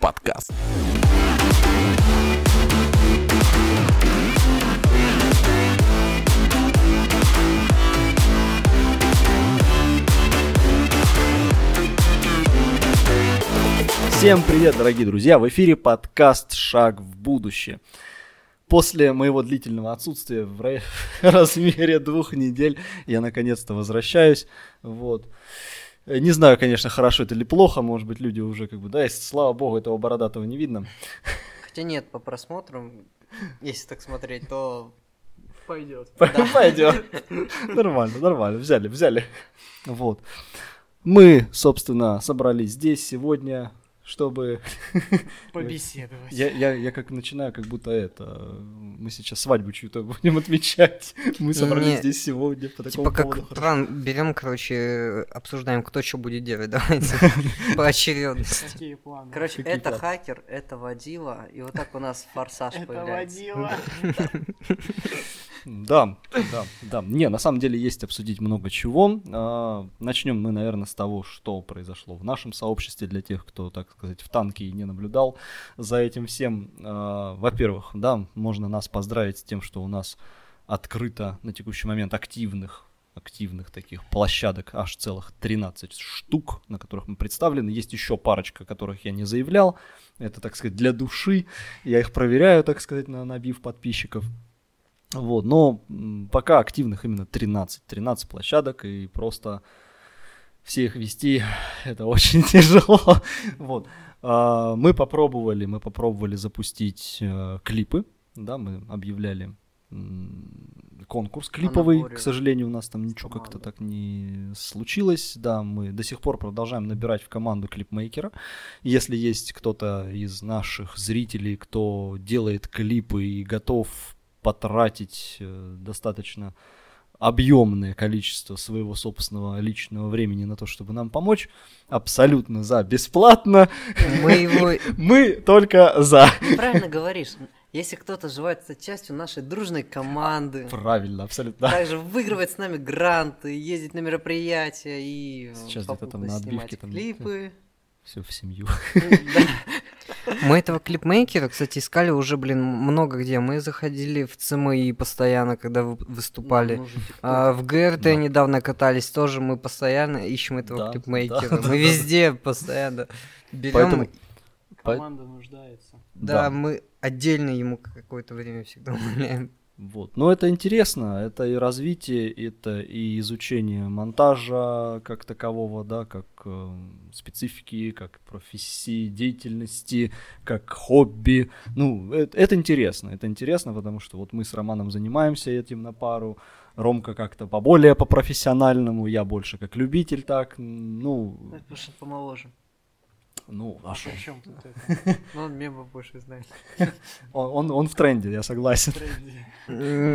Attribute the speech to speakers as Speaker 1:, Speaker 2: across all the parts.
Speaker 1: подкаст. Всем привет, дорогие друзья! В эфире подкаст «Шаг в будущее». После моего длительного отсутствия в ра- размере двух недель я наконец-то возвращаюсь. Вот. Э, Не знаю, конечно, хорошо это или плохо, может быть, люди уже как бы, да, и слава богу, этого бородатого не видно.
Speaker 2: Хотя нет, по просмотрам, если так смотреть, то
Speaker 3: Пойдет.
Speaker 1: Пойдет. Нормально, нормально, взяли, взяли. Вот. Мы, собственно, собрались здесь сегодня, чтобы
Speaker 3: Побеседовать.
Speaker 1: Я, я, я как начинаю, как будто это... э, Мы сейчас свадьбу чью-то будем отмечать. Мы собрались
Speaker 2: Не.
Speaker 1: здесь сегодня по такому
Speaker 2: типа как
Speaker 1: поводу.
Speaker 2: план берем, короче, обсуждаем, кто что будет делать. Давайте по очередности.
Speaker 3: Какие планы?
Speaker 2: Короче,
Speaker 1: Какие
Speaker 2: это
Speaker 1: планы?
Speaker 2: хакер, это водила, и вот так у нас форсаж
Speaker 3: Это
Speaker 2: появляется.
Speaker 3: водила.
Speaker 1: Да, да, да. Не, на самом деле есть обсудить много чего. А, Начнем мы, наверное, с того, что произошло в нашем сообществе для тех, кто, так сказать, в танке и не наблюдал за этим всем. А, Во-первых, да, можно нас поздравить с тем, что у нас открыто на текущий момент активных активных таких площадок аж целых 13 штук, на которых мы представлены. Есть еще парочка, которых я не заявлял. Это, так сказать, для души. Я их проверяю, так сказать, на набив подписчиков. Вот, но м, пока активных именно 13. 13 площадок, и просто все их вести это очень тяжело. Вот. А, Мы попробовали, мы попробовали запустить э, клипы, да, мы объявляли м, конкурс клиповый, к
Speaker 2: Анагорию.
Speaker 1: сожалению, у нас там ничего как-то
Speaker 2: Команду.
Speaker 1: так не случилось, да, мы до сих пор продолжаем набирать в команду клипмейкера, если есть кто-то из наших зрителей, кто делает клипы и готов потратить э, достаточно объемное количество своего собственного личного времени на то, чтобы нам помочь, абсолютно за бесплатно.
Speaker 2: Мы его
Speaker 1: Мы только за.
Speaker 2: правильно говоришь. Если кто-то желает стать частью нашей дружной команды,
Speaker 1: Правильно, абсолютно.
Speaker 2: также выигрывать с нами гранты, ездить на мероприятия и э,
Speaker 1: Сейчас где-то там
Speaker 2: попутно
Speaker 1: на
Speaker 2: снимать
Speaker 1: отбивке там-
Speaker 2: клипы.
Speaker 1: Все в семью.
Speaker 2: Мы этого клипмейкера, кстати, искали уже, блин, много где. Мы заходили в ЦМИ постоянно, когда вы-
Speaker 3: Ну,
Speaker 2: выступали. А, в ГРТ
Speaker 1: Да.
Speaker 2: недавно катались тоже. Мы постоянно ищем этого
Speaker 1: Да, да,
Speaker 2: клипмейкера.
Speaker 1: да,
Speaker 2: мы
Speaker 1: да.
Speaker 2: везде постоянно берем.
Speaker 1: Поэтому-
Speaker 3: Команда нуждается.
Speaker 2: Да, мы отдельно ему какое-то время всегда уделяем.
Speaker 1: Вот. Но это интересно, это и развитие, это и изучение монтажа как такового, да, как эм, специфики, как профессии деятельности, как хобби. Ну, э- это, интересно, это интересно, потому что вот мы с Романом занимаемся этим на пару, Ромка как-то поболее по-профессиональному, я больше как любитель так, м, ну,
Speaker 2: Потому что помоложе.
Speaker 1: ну, а шо?
Speaker 3: Причем тут это?
Speaker 2: Но он мемы больше знает.
Speaker 1: Он, он, он в тренде, я согласен.
Speaker 3: Тренди.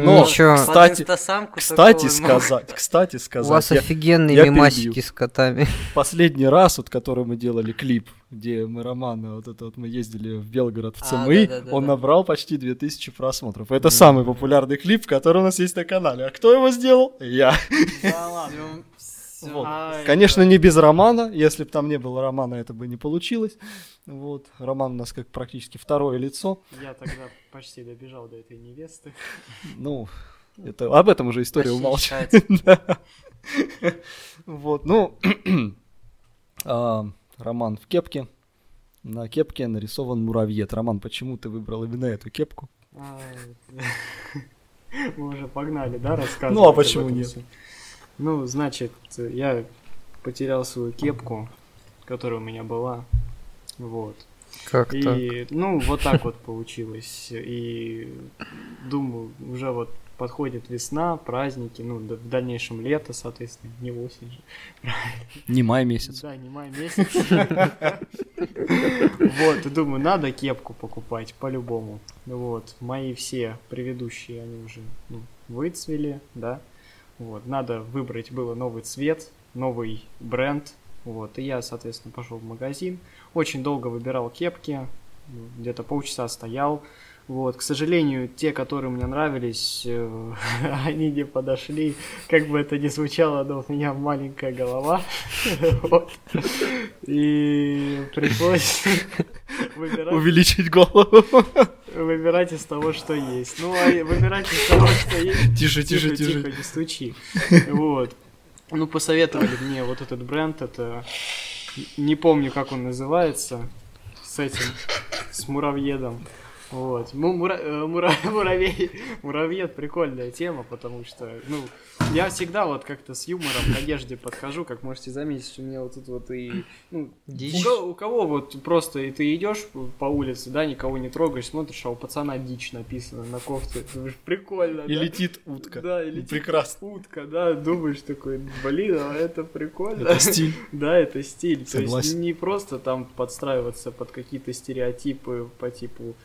Speaker 1: Но,
Speaker 2: Ничего.
Speaker 1: кстати-
Speaker 2: Под инстасамку
Speaker 1: Кстати
Speaker 2: такого, ну,
Speaker 1: сказать, кстати
Speaker 2: У
Speaker 1: сказать,
Speaker 2: вас
Speaker 1: я-
Speaker 2: офигенные
Speaker 1: я
Speaker 2: мемасики
Speaker 1: перебью.
Speaker 2: с котами.
Speaker 1: Последний раз, вот который мы делали клип, где мы Романа, вот это вот мы ездили в Белгород в
Speaker 2: А,
Speaker 1: ЦМИ,
Speaker 2: да-да-да-да.
Speaker 1: он набрал почти 2000 просмотров. Это самый популярный клип, который у нас есть на канале. А кто его сделал? Я.
Speaker 3: Да ладно.
Speaker 1: Вот.
Speaker 3: Ай,
Speaker 1: Конечно, не без Романа. Если бы там не было Романа, это бы не получилось. Вот. Роман у нас как практически второе лицо.
Speaker 3: Я тогда почти добежал до этой невесты.
Speaker 1: Ну, это, об этом уже история
Speaker 2: Почти
Speaker 1: умолчает.
Speaker 2: считается.
Speaker 1: Да. Вот, ну, а, Роман в кепке. На кепке нарисован муравьед. Роман, почему ты выбрал именно эту кепку?
Speaker 2: А,
Speaker 3: Ай. Мы уже погнали, да, рассказывать?
Speaker 1: Ну, а
Speaker 3: об
Speaker 1: почему
Speaker 3: этом
Speaker 1: нет?
Speaker 3: всем? Ну, значит, я потерял свою кепку, которая у меня была. Вот.
Speaker 2: Как так?
Speaker 3: И, ну, вот так вот получилось. И думаю, уже вот подходит весна, праздники, ну, да- в дальнейшем лето, соответственно, не осень же.
Speaker 1: Не май месяц.
Speaker 3: Да, не май месяц. Вот, и думаю, надо кепку покупать, по-любому. Вот, мои все предыдущие, они уже ну, выцвели, да. Вот, надо выбрать было новый цвет, новый бренд. Вот, и я, соответственно, пошел в магазин. Очень долго выбирал кепки, ну, где-то полчаса стоял. Вот, к сожалению, те, которые мне нравились, э, они не подошли. Как бы это ни звучало, но у меня маленькая голова. Вот. И пришлось Выбирать,
Speaker 1: увеличить голову.
Speaker 3: выбирать из того, что есть. Ну, а выбирать из того, что есть...
Speaker 1: Тише, тише,
Speaker 3: тихо,
Speaker 1: тише.
Speaker 3: не стучи. Вот. Ну, посоветовали мне вот этот бренд, это... Не помню, как он называется. С этим, с муравьедом. Вот. Ну, мура- э, мура- муравей, муравьед прикольная тема, потому что, ну, я всегда вот как-то с юмором к одежде подхожу, как можете заметить, у меня вот тут вот и, ну,
Speaker 2: Дичь.
Speaker 3: у кого, у кого вот просто и ты идешь по улице, да, никого не трогаешь, смотришь, а у пацана дичь написано на кофте, думаешь, прикольно,
Speaker 1: И
Speaker 3: да?
Speaker 1: летит утка.
Speaker 3: Да, и летит
Speaker 1: Прекрасно.
Speaker 3: утка, да, думаешь такой, блин, а это прикольно.
Speaker 1: Это стиль.
Speaker 3: Да, это стиль. То есть
Speaker 1: Согласен.
Speaker 3: не просто там подстраиваться под какие-то стереотипы по типу,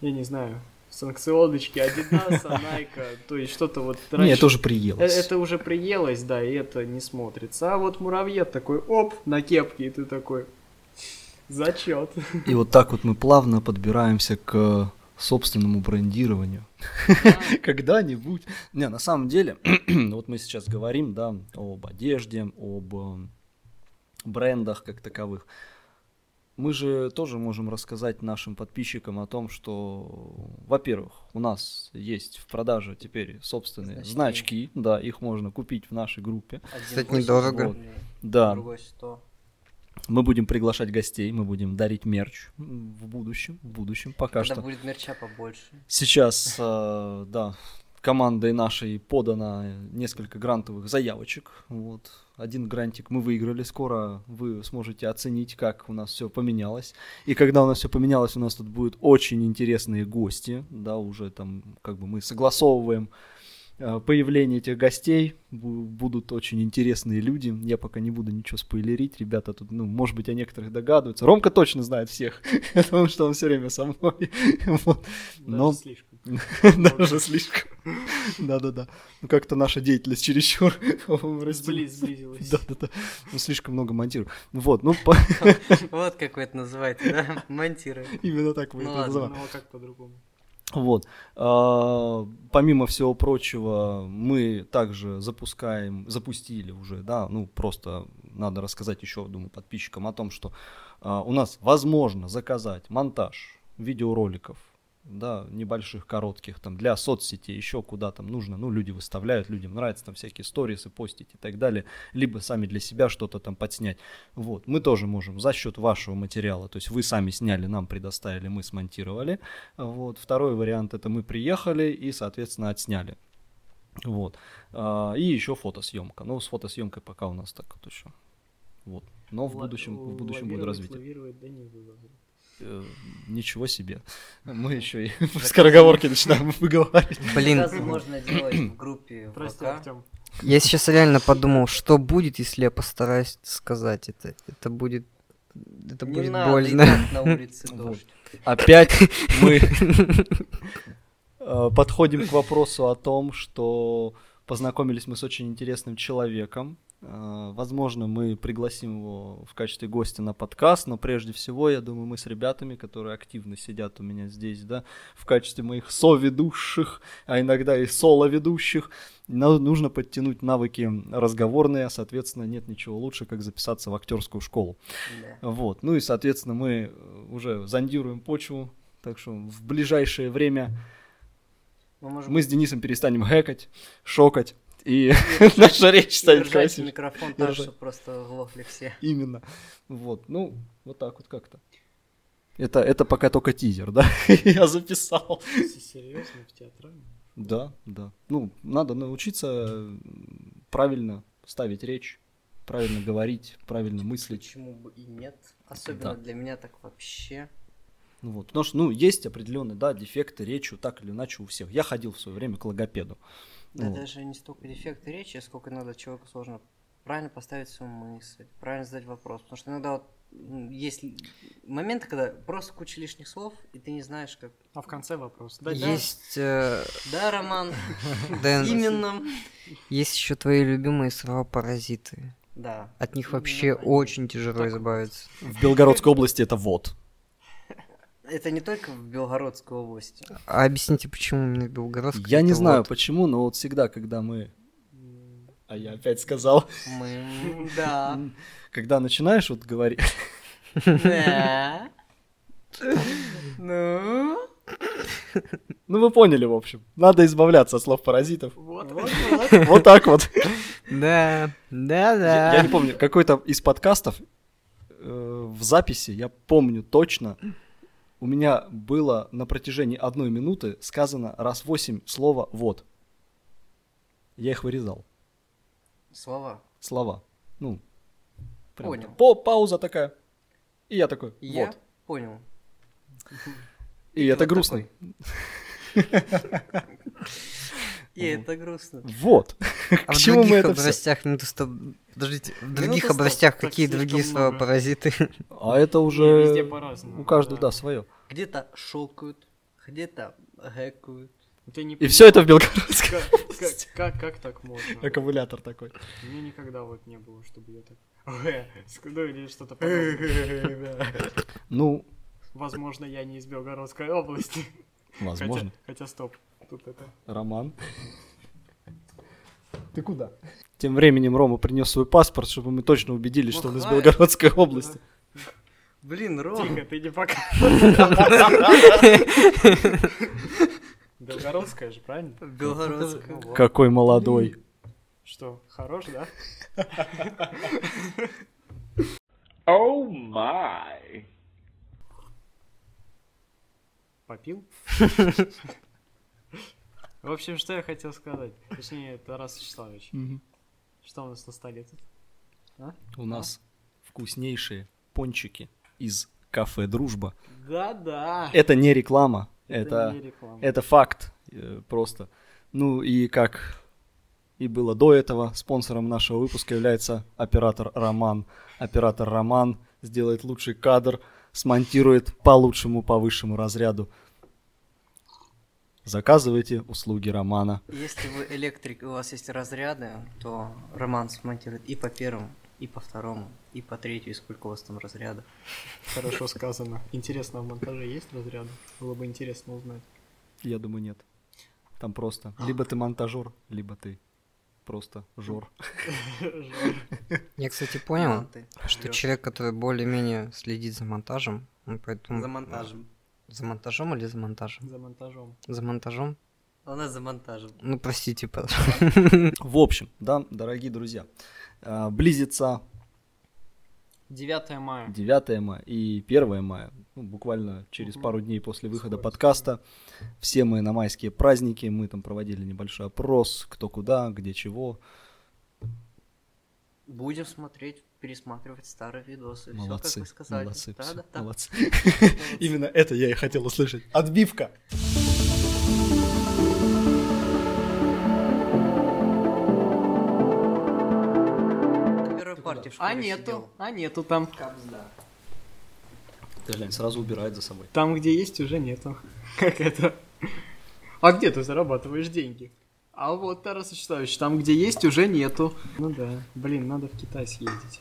Speaker 3: я не знаю, санкционочки, Адидаса, Найка, то есть что-то вот
Speaker 1: Мне
Speaker 3: раньше-
Speaker 1: тоже
Speaker 3: Э,
Speaker 1: приелось.
Speaker 3: Это уже приелось, да, и это не смотрится. А вот муравьед такой, оп, на кепке, и ты такой, зачет.
Speaker 1: И вот так вот мы плавно подбираемся к собственному брендированию. Когда-нибудь. Не, на самом деле, вот мы сейчас говорим, да, об одежде, об эм, брендах как таковых. Мы же тоже можем рассказать нашим подписчикам о том, что, во-первых, у нас есть в продаже теперь собственные
Speaker 2: Значки.
Speaker 1: значки, да, их можно купить в нашей группе.
Speaker 2: Кстати, недорого.
Speaker 1: Да,
Speaker 2: Другой 100.
Speaker 1: мы будем приглашать гостей, мы будем дарить мерч м, в будущем, в будущем, пока
Speaker 2: Когда
Speaker 1: что.
Speaker 2: будет мерча побольше.
Speaker 1: Сейчас, э, да, командой нашей подано несколько грантовых заявочек. Вот. Один грантик мы выиграли, скоро вы сможете оценить, как у нас все поменялось. И когда у нас все поменялось, у нас тут будут очень интересные гости, да, уже там как бы мы согласовываем э, появление этих гостей, Бу- будут очень интересные люди, я пока не буду ничего спойлерить, ребята тут, ну, может быть, о некоторых догадываются, Ромка точно знает всех, потому что он все время со мной, Вот. Но-
Speaker 3: Даже слишком.
Speaker 1: Даже слишком. Да-да-да. Ну как-то наша деятельность чересчур
Speaker 3: Сбли-
Speaker 1: разделилась.
Speaker 3: Сблизилось.
Speaker 1: Да-да-да. Ну слишком много монтирую. Вот, ну по-
Speaker 2: Вот как вы это называете, да? Монтируй.
Speaker 1: именно так мы
Speaker 2: Ну
Speaker 1: это
Speaker 2: ладно,
Speaker 1: называем.
Speaker 3: Ну а как по-другому?
Speaker 1: Вот. А, Помимо всего прочего, мы также запускаем, запустили уже, да, ну просто надо рассказать еще, думаю, подписчикам о том, что а, у нас возможно заказать монтаж видеороликов, да, небольших, коротких, там, для соцсетей, еще куда там нужно, ну, люди выставляют, людям нравится там всякие сторисы постить и так далее, либо сами для себя что-то там подснять. Вот, мы тоже можем за счет вашего материала, то есть вы сами сняли, нам предоставили, мы смонтировали, вот. Второй вариант это мы приехали и, соответственно, отсняли. Вот. А, И еще фотосъемка. Ну, с фотосъемкой пока у нас так вот еще. Вот. Но в
Speaker 3: Ла-
Speaker 1: будущем, в будущем будет
Speaker 3: лавировать,
Speaker 1: развитие.
Speaker 3: лавировать, да не вылазить.
Speaker 1: Э, Ничего себе. Мы еще и в скороговорке начинаем выговаривать.
Speaker 2: Блин,
Speaker 4: Заказы можно делать в группе
Speaker 3: Прости,
Speaker 4: ВК.
Speaker 3: Артем.
Speaker 2: я сейчас реально подумал, что будет, если я постараюсь сказать это. Это будет... Это
Speaker 4: Не
Speaker 2: будет
Speaker 4: надо,
Speaker 2: больно.
Speaker 4: и так на улице
Speaker 1: Вот.
Speaker 4: дождь.
Speaker 1: Опять мы э, подходим к вопросу о том, что познакомились мы с очень интересным человеком. Э, Возможно, мы пригласим его в качестве гостя на подкаст, но прежде всего, я думаю, мы с ребятами, которые активно сидят у меня здесь, да, в качестве моих соведущих, а иногда и соло-ведущих, на- нужно подтянуть навыки разговорные, а, соответственно, нет ничего лучше, как записаться в актерскую школу.
Speaker 4: Да.
Speaker 1: Вот. Ну и, соответственно, мы э, уже зондируем почву. Так что в ближайшее время
Speaker 4: Мы можем
Speaker 1: мы с Денисом перестанем хэкать, шокать, и наша речь станет
Speaker 4: держать
Speaker 1: красивее.
Speaker 4: микрофон так,
Speaker 1: Держать.
Speaker 4: что просто глохли все.
Speaker 1: Именно. Вот. Ну, вот так вот как-то. Это, это пока только тизер, да? Я записал.
Speaker 3: С- Серьезно, в театральном?
Speaker 1: Да, да. Ну, надо научиться м, правильно ставить речь, правильно говорить, правильно мыслить.
Speaker 4: Почему бы и нет?
Speaker 1: Да.
Speaker 4: Особенно для меня так вообще.
Speaker 1: Ну Вот. Потому что, ну, есть определенные, да, дефекты речи, так или иначе у всех. Я ходил в свое время к логопеду. Ну,
Speaker 4: Да
Speaker 1: Вот.
Speaker 4: даже не столько дефекты речи, сколько надо человеку сложно правильно поставить свою мысль, правильно задать вопрос. Потому что иногда вот м, есть л- моменты, когда просто куча лишних слов, и ты не знаешь, как...
Speaker 3: А в конце вопрос. Да, да.
Speaker 2: Есть, э,
Speaker 4: Да, Роман,
Speaker 2: Дэн,
Speaker 4: именно.
Speaker 2: есть еще твои любимые слова паразиты.
Speaker 4: Да.
Speaker 2: От них
Speaker 4: Именно
Speaker 2: вообще
Speaker 4: они.
Speaker 2: очень тяжело
Speaker 4: Так
Speaker 2: избавиться.
Speaker 1: В Белгородской области это вот.
Speaker 4: Это не только в Белгородской области.
Speaker 2: А объясните, почему именно Белгородская?
Speaker 1: Я не
Speaker 2: это
Speaker 1: знаю
Speaker 2: вот.
Speaker 1: почему, но вот всегда, когда мы... А я опять сказал.
Speaker 4: Мы... м, Да.
Speaker 1: Когда начинаешь вот говорить...
Speaker 4: Да. Ну?
Speaker 1: Ну, вы поняли, в общем. Надо избавляться от слов-паразитов.
Speaker 3: Вот,
Speaker 4: Вот,
Speaker 1: Вот так вот.
Speaker 2: Да, да,
Speaker 1: Я я не
Speaker 2: да.
Speaker 1: помню, какой-то из подкастов э, в записи, я помню точно, у меня было на протяжении одной минуты сказано раз восемь слово «вот». Я их вырезал.
Speaker 4: Слова.
Speaker 1: Слова. Ну, прям
Speaker 4: Понял.
Speaker 1: По пауза такая. И я такой,
Speaker 4: Я
Speaker 1: вот.
Speaker 4: понял.
Speaker 1: И,
Speaker 4: ты
Speaker 1: это
Speaker 4: вот
Speaker 1: грустный.
Speaker 4: И это грустно.
Speaker 1: Вот. К
Speaker 2: А в
Speaker 1: чему мы
Speaker 2: других
Speaker 1: это все?
Speaker 2: областях, ну то что... Подождите,
Speaker 4: Ну,
Speaker 2: в
Speaker 3: Минута
Speaker 2: других
Speaker 3: стоп,
Speaker 2: областях
Speaker 3: так
Speaker 2: какие
Speaker 3: слишком
Speaker 2: другие
Speaker 3: много.
Speaker 2: слова паразиты?
Speaker 1: А это
Speaker 3: И везде
Speaker 1: уже
Speaker 3: по-разному,
Speaker 1: у каждого,
Speaker 3: да.
Speaker 1: да, свое.
Speaker 4: Где-то шелкают, где-то гэкают.
Speaker 3: Ты не
Speaker 1: И все это в
Speaker 3: понимаешь,
Speaker 1: Белгородском.
Speaker 3: как- как- Как как так можно?
Speaker 1: Аккумулятор такой.
Speaker 3: У меня никогда вот не было, чтобы я так... «Э», ск- Ну или что-то подобное.
Speaker 1: Ну,
Speaker 3: Возможно, я не из Белгородской области. Хотя-
Speaker 1: возможно.
Speaker 3: Хотя стоп, тут это...
Speaker 1: Роман. Ты куда? Тем временем Рома принес свой паспорт, чтобы мы точно убедились, что он из
Speaker 4: Махай.
Speaker 1: Белгородской области.
Speaker 4: Блин, Ром,
Speaker 3: Тихо, ты не пока. Белгородская же, правильно?
Speaker 4: Белгородская.
Speaker 3: Ну вот.
Speaker 1: Какой молодой.
Speaker 3: Что, хорош, да?
Speaker 5: Oh my.
Speaker 3: Попил? В общем, что я хотел сказать. Точнее, Тарас Вячеславович. Что у нас на столе тут?
Speaker 1: У нас вкуснейшие пончики из кафе «Дружба».
Speaker 3: Да-да.
Speaker 1: Это не реклама,
Speaker 3: не
Speaker 1: это,
Speaker 3: реклама.
Speaker 1: это факт э, просто. Ну и как и было до этого, спонсором нашего выпуска является оператор Роман. Оператор Роман сделает лучший кадр, смонтирует по лучшему, по высшему разряду. Заказывайте услуги Романа.
Speaker 4: Если вы электрик, и у вас есть разряды, то Роман смонтирует и по первому, и по второму, и по третьему, и сколько у вас там разрядов.
Speaker 3: Хорошо сказано. Интересно, а в монтаже есть разряды? Было бы интересно узнать.
Speaker 1: Я думаю, нет. Там просто. Либо ты монтажер, либо ты просто жор.
Speaker 3: Жаль.
Speaker 2: Я, кстати, понял,
Speaker 4: Роман, ты
Speaker 2: что
Speaker 4: врёшь.
Speaker 2: человек, который более-менее следит за монтажем, он поэтому...
Speaker 4: За монтажем.
Speaker 2: За монтажом или за монтажем?
Speaker 3: За монтажом.
Speaker 2: За монтажом?
Speaker 4: Она за монтажем.
Speaker 2: Ну, простите, пожалуйста.
Speaker 1: В общем, да, дорогие друзья, а, близится
Speaker 3: 9 мая.
Speaker 1: 9 мая и 1 мая, ну, буквально через
Speaker 3: Мгм.
Speaker 1: пару дней после выхода
Speaker 3: Скоро,
Speaker 1: подкаста. Все мы на майские праздники, мы там проводили небольшой опрос, кто куда, где чего.
Speaker 4: Будем смотреть, пересматривать старые видосы. Все, как
Speaker 1: молодцы,
Speaker 4: вы сказали.
Speaker 1: молодцы,
Speaker 4: Да,
Speaker 1: всё,
Speaker 4: да, да.
Speaker 1: молодцы. Именно это я и хотел услышать. Отбивка.
Speaker 4: Первая партия в школе
Speaker 3: А нету,
Speaker 4: сидел.
Speaker 3: а нету там.
Speaker 1: Ты глянь, сразу убирает за собой.
Speaker 3: Там, где есть, уже нету. Как это? А где ты зарабатываешь деньги? А вот, Тарас Вячеславович, там, где есть, уже нету. Ну да, блин, надо в Китай съездить.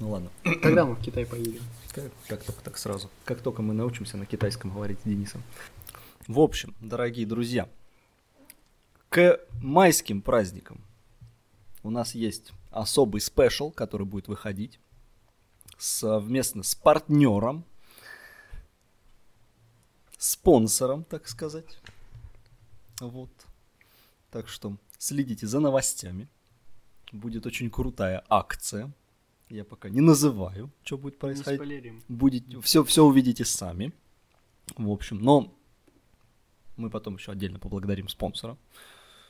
Speaker 1: Ну ладно,
Speaker 3: Когда мы в Китай поедем?
Speaker 1: как, как только так сразу. Как только мы научимся на китайском говорить с Денисом. В общем, дорогие друзья, к майским праздникам у нас есть особый спешл, который будет выходить совместно с партнером, спонсором, так сказать. Вот. Так что следите за новостями. Будет очень крутая акция. Я пока не называю, что будет
Speaker 3: Не
Speaker 1: происходить
Speaker 3: спойлерим.
Speaker 1: будете, все, все увидите сами. В общем, но мы потом еще отдельно поблагодарим спонсора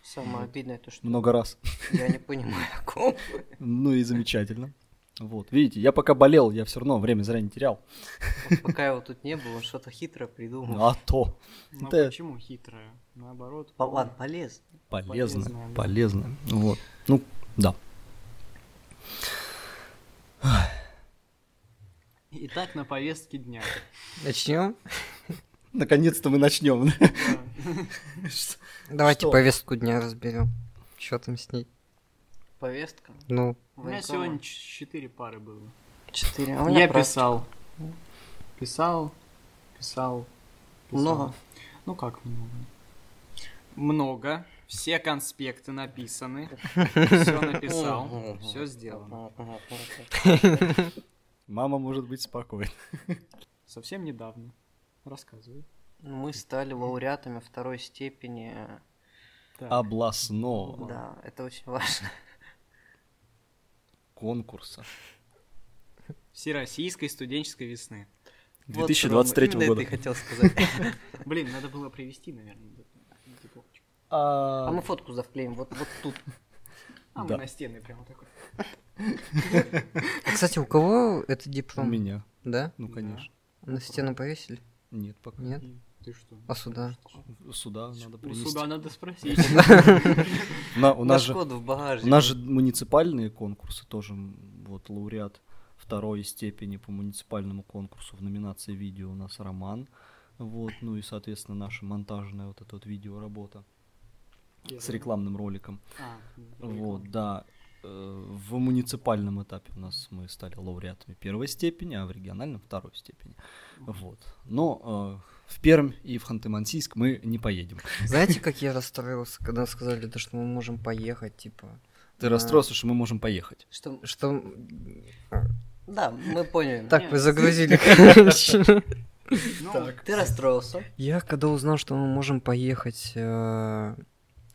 Speaker 4: Самое обидное то, что
Speaker 1: много раз.
Speaker 4: я не понимаю, о ком. вы.
Speaker 1: Ну и замечательно. Вот, видите, я пока болел, я все равно время зря не терял.
Speaker 4: Вот Пока его тут не было, он что-то хитрое придумал.
Speaker 1: А то
Speaker 3: Ну
Speaker 1: Это-
Speaker 3: почему хитрая? Наоборот.
Speaker 4: Па- Ладно, полез.
Speaker 1: полезно,
Speaker 3: Полезно, да.
Speaker 1: полезно. Вот, ну да.
Speaker 3: Итак, на повестке дня.
Speaker 2: Начнем?
Speaker 1: Наконец-то мы начнем.
Speaker 2: Давайте
Speaker 1: Что?
Speaker 2: повестку дня разберем. Что там с ней?
Speaker 4: Повестка.
Speaker 2: Ну,
Speaker 3: У меня
Speaker 4: Военкома.
Speaker 3: сегодня ч- четыре пары было.
Speaker 4: Четыре. А у меня
Speaker 3: Я
Speaker 4: прав-
Speaker 3: писал. Писал, писал, писал.
Speaker 4: Много.
Speaker 3: Ну как много? Много. Все конспекты написаны. Все написал. Все сделано.
Speaker 1: Мама может быть спокойна.
Speaker 3: Совсем недавно. Рассказывай.
Speaker 4: Мы стали лауреатами второй степени.
Speaker 3: Так.
Speaker 1: областного
Speaker 4: Да, это очень важно.
Speaker 1: конкурса
Speaker 3: Всероссийской студенческой весны.
Speaker 4: Вот,
Speaker 1: 2023
Speaker 4: Рома, именно
Speaker 1: года.
Speaker 4: это и хотел сказать.
Speaker 3: Блин, надо было привести, наверное, эту дипломчик.
Speaker 4: А мы
Speaker 1: А,
Speaker 4: фотку завклеим вот, вот тут.
Speaker 3: А
Speaker 1: Да.
Speaker 3: мы на стены прямо такой.
Speaker 2: А, Кстати, у кого это
Speaker 1: У
Speaker 2: диплом?
Speaker 1: меня.
Speaker 2: Да?
Speaker 1: Ну,
Speaker 3: Да.
Speaker 1: конечно.
Speaker 2: На стену повесили?
Speaker 1: Нет, пока.
Speaker 2: Нет?
Speaker 3: Ты что?
Speaker 2: А сюда?
Speaker 1: Сюда надо
Speaker 3: У
Speaker 1: принести.
Speaker 3: суда надо спросить.
Speaker 1: На- у
Speaker 4: На
Speaker 1: нас же
Speaker 4: шкоду в багажнике.
Speaker 1: У нас же муниципальные конкурсы тоже, м, вот лауреат второй степени по муниципальному конкурсу в номинации видео у нас Роман, вот, ну и, соответственно, наша монтажная вот эта вот видеоработа с рекламным роликом,
Speaker 3: А,
Speaker 1: вот, да, Э, в муниципальном этапе у нас мы стали лауреатами первой степени, а в региональном второй степени, вот, но э, в Пермь и в Ханты-Мансийск мы не поедем.
Speaker 2: Знаете, как я расстроился, когда сказали, да, что мы можем поехать, типа...
Speaker 1: Ты расстроился, что мы можем поехать.
Speaker 4: Что...
Speaker 2: Что... м, а,
Speaker 4: Да, мы поняли.
Speaker 2: Так,
Speaker 3: Нет.
Speaker 2: вы загрузили, короче.
Speaker 3: Ну,
Speaker 4: Ты расстроился.
Speaker 2: Я когда узнал, что мы можем поехать э,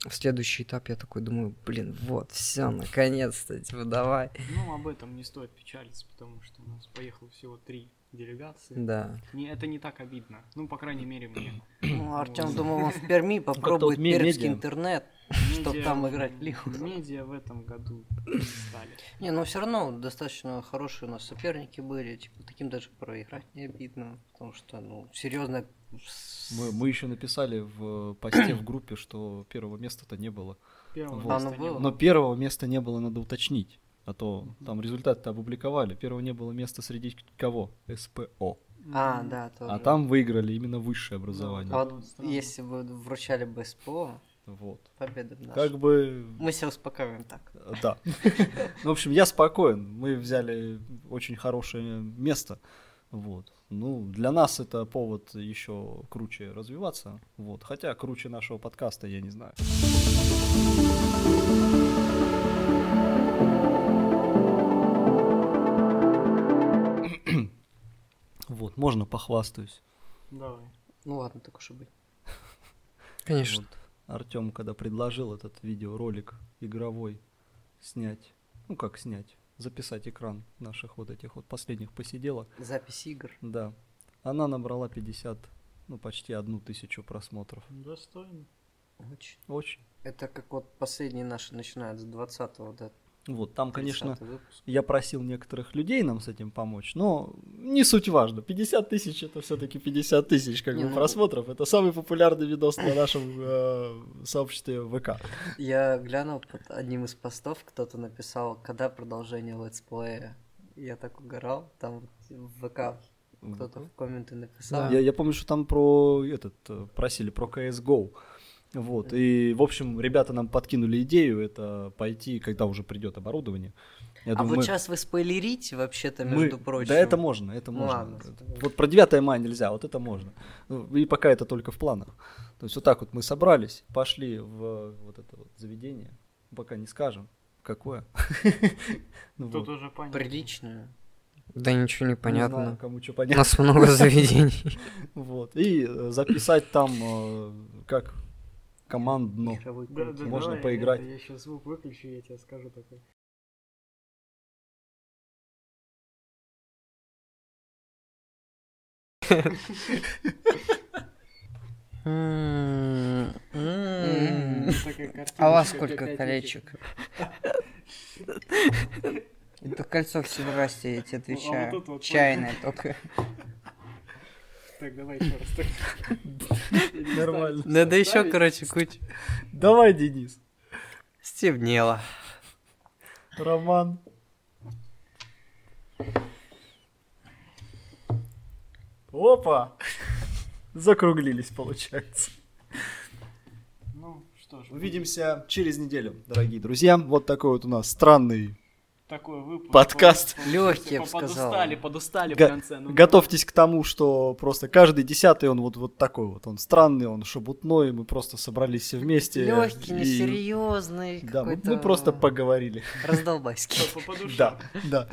Speaker 2: в следующий этап, я такой думаю, блин, вот, все, наконец-то, типа, давай.
Speaker 3: ну, об этом не стоит печалиться, потому что у нас поехало всего три делегации.
Speaker 2: Да.
Speaker 3: Не, это не так обидно. Ну, по крайней мере, мне.
Speaker 4: Ну, Артем думал, он в Перми
Speaker 1: вот
Speaker 4: попробует
Speaker 1: медиа.
Speaker 4: пермский интернет. Чтоб
Speaker 3: Медиа-
Speaker 4: там играть в лигу.
Speaker 3: Медиа в этом году не стали.
Speaker 4: Не, ну все равно достаточно хорошие у нас соперники были. Типа, таким даже проиграть не обидно. Потому что, ну, серьезно.
Speaker 1: Мы, мы еще написали в э, посте в группе, что первого места-то не было.
Speaker 3: Первого
Speaker 1: Вот.
Speaker 3: места
Speaker 4: Оно
Speaker 3: не
Speaker 4: было?
Speaker 3: было.
Speaker 1: Но первого места не было, надо уточнить. А то там результаты опубликовали. Первого не было места среди кого? СПО.
Speaker 4: А, да, тоже.
Speaker 1: А там выиграли именно высшее образование.
Speaker 4: А
Speaker 3: Ну,
Speaker 4: вот
Speaker 3: странно.
Speaker 4: если бы вручали бы СПО,
Speaker 1: Вот.
Speaker 4: победа бы наша.
Speaker 1: Как бы...
Speaker 4: Мы себя успокаиваем так.
Speaker 1: э, Да. Ну, В общем, я спокоен. Мы взяли очень хорошее место. Вот. Ну, для нас это повод еще круче развиваться. Вот. Хотя круче нашего подкаста, я не знаю. Вот, можно похвастаюсь.
Speaker 3: Давай.
Speaker 4: Ну ладно, так уж и быть.
Speaker 2: Конечно.
Speaker 1: Артем, когда предложил этот видеоролик игровой снять, ну как снять, записать экран наших вот этих вот последних посиделок,
Speaker 4: Запись игр.
Speaker 1: да, она набрала 50, ну почти одну тысячу просмотров.
Speaker 3: Достойно.
Speaker 4: Очень.
Speaker 1: Очень.
Speaker 4: Это как вот последние наши начинают с 20 до
Speaker 1: Вот, там, Ну, конечно,
Speaker 4: 30-го выпуска.
Speaker 1: я просил некоторых людей нам с этим помочь, но не суть важно. 50 тысяч это все-таки 50 тысяч как
Speaker 4: Не,
Speaker 1: бы
Speaker 4: ну-
Speaker 1: просмотров. Это самый популярный видос на нашем э, сообществе ВК.
Speaker 4: Я глянул под одним из постов, кто-то написал, когда продолжение летсплея. Я так угорал, там вот в ВК кто-то в комменты написал.
Speaker 1: Я, я помню, что там про этот э, просили про CSGO. Вот. И, в общем, ребята нам подкинули идею это пойти, когда уже придет оборудование. Я
Speaker 4: а
Speaker 1: думаю,
Speaker 4: вот
Speaker 1: мы-
Speaker 4: сейчас вы спойлерите вообще-то,
Speaker 1: мы-
Speaker 4: между прочим.
Speaker 1: Да, это можно, это
Speaker 4: Ну
Speaker 1: можно.
Speaker 4: ладно,
Speaker 1: Это-
Speaker 4: давай.
Speaker 1: Вот про 9 мая нельзя, вот это можно. Ну, И пока это только в планах. То есть вот так вот мы собрались, пошли в э, вот это вот заведение, пока не скажем, какое. Ну
Speaker 3: Тут
Speaker 1: вот.
Speaker 3: уже понятно.
Speaker 4: Приличную.
Speaker 2: Да ничего не
Speaker 1: Не знаю,
Speaker 2: понятно.
Speaker 1: кому что
Speaker 2: У
Speaker 1: понятно.
Speaker 2: нас много заведений.
Speaker 1: Вот. И э, записать там э, как командно.
Speaker 4: игровой
Speaker 3: Да, да,
Speaker 4: контент.
Speaker 1: Можно
Speaker 3: давай,
Speaker 1: поиграть.
Speaker 3: это Я сейчас звук выключу, я тебе скажу такой.
Speaker 2: М,
Speaker 4: М-м-м.
Speaker 2: м.
Speaker 3: Такая картиночка,
Speaker 2: А у вас
Speaker 3: Ну, как
Speaker 2: сколько
Speaker 3: опять
Speaker 2: колечек? Это кольцо в Севрасте, я тебе
Speaker 3: отвечаю.
Speaker 2: отвечаю.
Speaker 3: А вот тут вот,
Speaker 2: Чайное
Speaker 3: Чайное
Speaker 2: только.
Speaker 3: эти- Так, давай еще раз. так.
Speaker 1: Нормально.
Speaker 2: Надо еще,
Speaker 3: Ставить?
Speaker 2: короче, кучу.
Speaker 1: Давай, Денис.
Speaker 2: Стебнело.
Speaker 1: Роман. Опа! Закруглились, получается.
Speaker 3: Ну, что ж.
Speaker 1: Увидимся через неделю, дорогие друзья. Вот такой вот у нас странный.
Speaker 3: Такой выпуск.
Speaker 1: Подкаст.
Speaker 3: По- по-
Speaker 4: Лёгкий, я
Speaker 3: по-
Speaker 4: б сказал.
Speaker 3: Подустали, подустали в
Speaker 1: Га-
Speaker 3: конце. ну,
Speaker 1: Готовьтесь к тому, что просто каждый десятый он вот, вот такой вот. Он странный, он шебутной. Мы просто собрались все вместе.
Speaker 4: Легкий,
Speaker 1: и-
Speaker 4: несерьезный.
Speaker 1: Да, мы-
Speaker 4: какой-то
Speaker 1: мы просто поговорили.
Speaker 4: Раздолбайский.
Speaker 3: по- по душам.
Speaker 1: Да, да.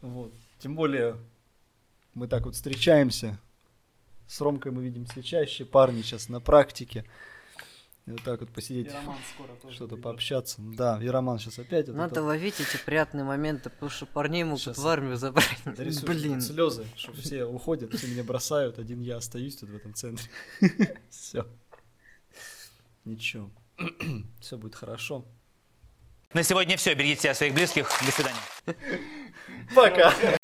Speaker 1: Вот. Тем более мы так вот встречаемся, С Ромкой мы видимся чаще, парни сейчас на практике. И вот так вот посидеть,
Speaker 3: скоро тоже
Speaker 1: что-то
Speaker 3: придет.
Speaker 1: пообщаться. Да, и Роман сейчас опять. вот
Speaker 2: Надо
Speaker 1: это вот.
Speaker 2: ловить эти приятные моменты, потому что парней могут
Speaker 1: Щас.
Speaker 2: в армию забрать.
Speaker 1: Нарисую, что
Speaker 2: Блин.
Speaker 1: тут слезы, что все уходят, все меня бросают, один я остаюсь тут в этом центре. Все. Ничего. Все будет хорошо.
Speaker 6: На сегодня все. Берегите себя, своих близких. До свидания.
Speaker 1: Пока.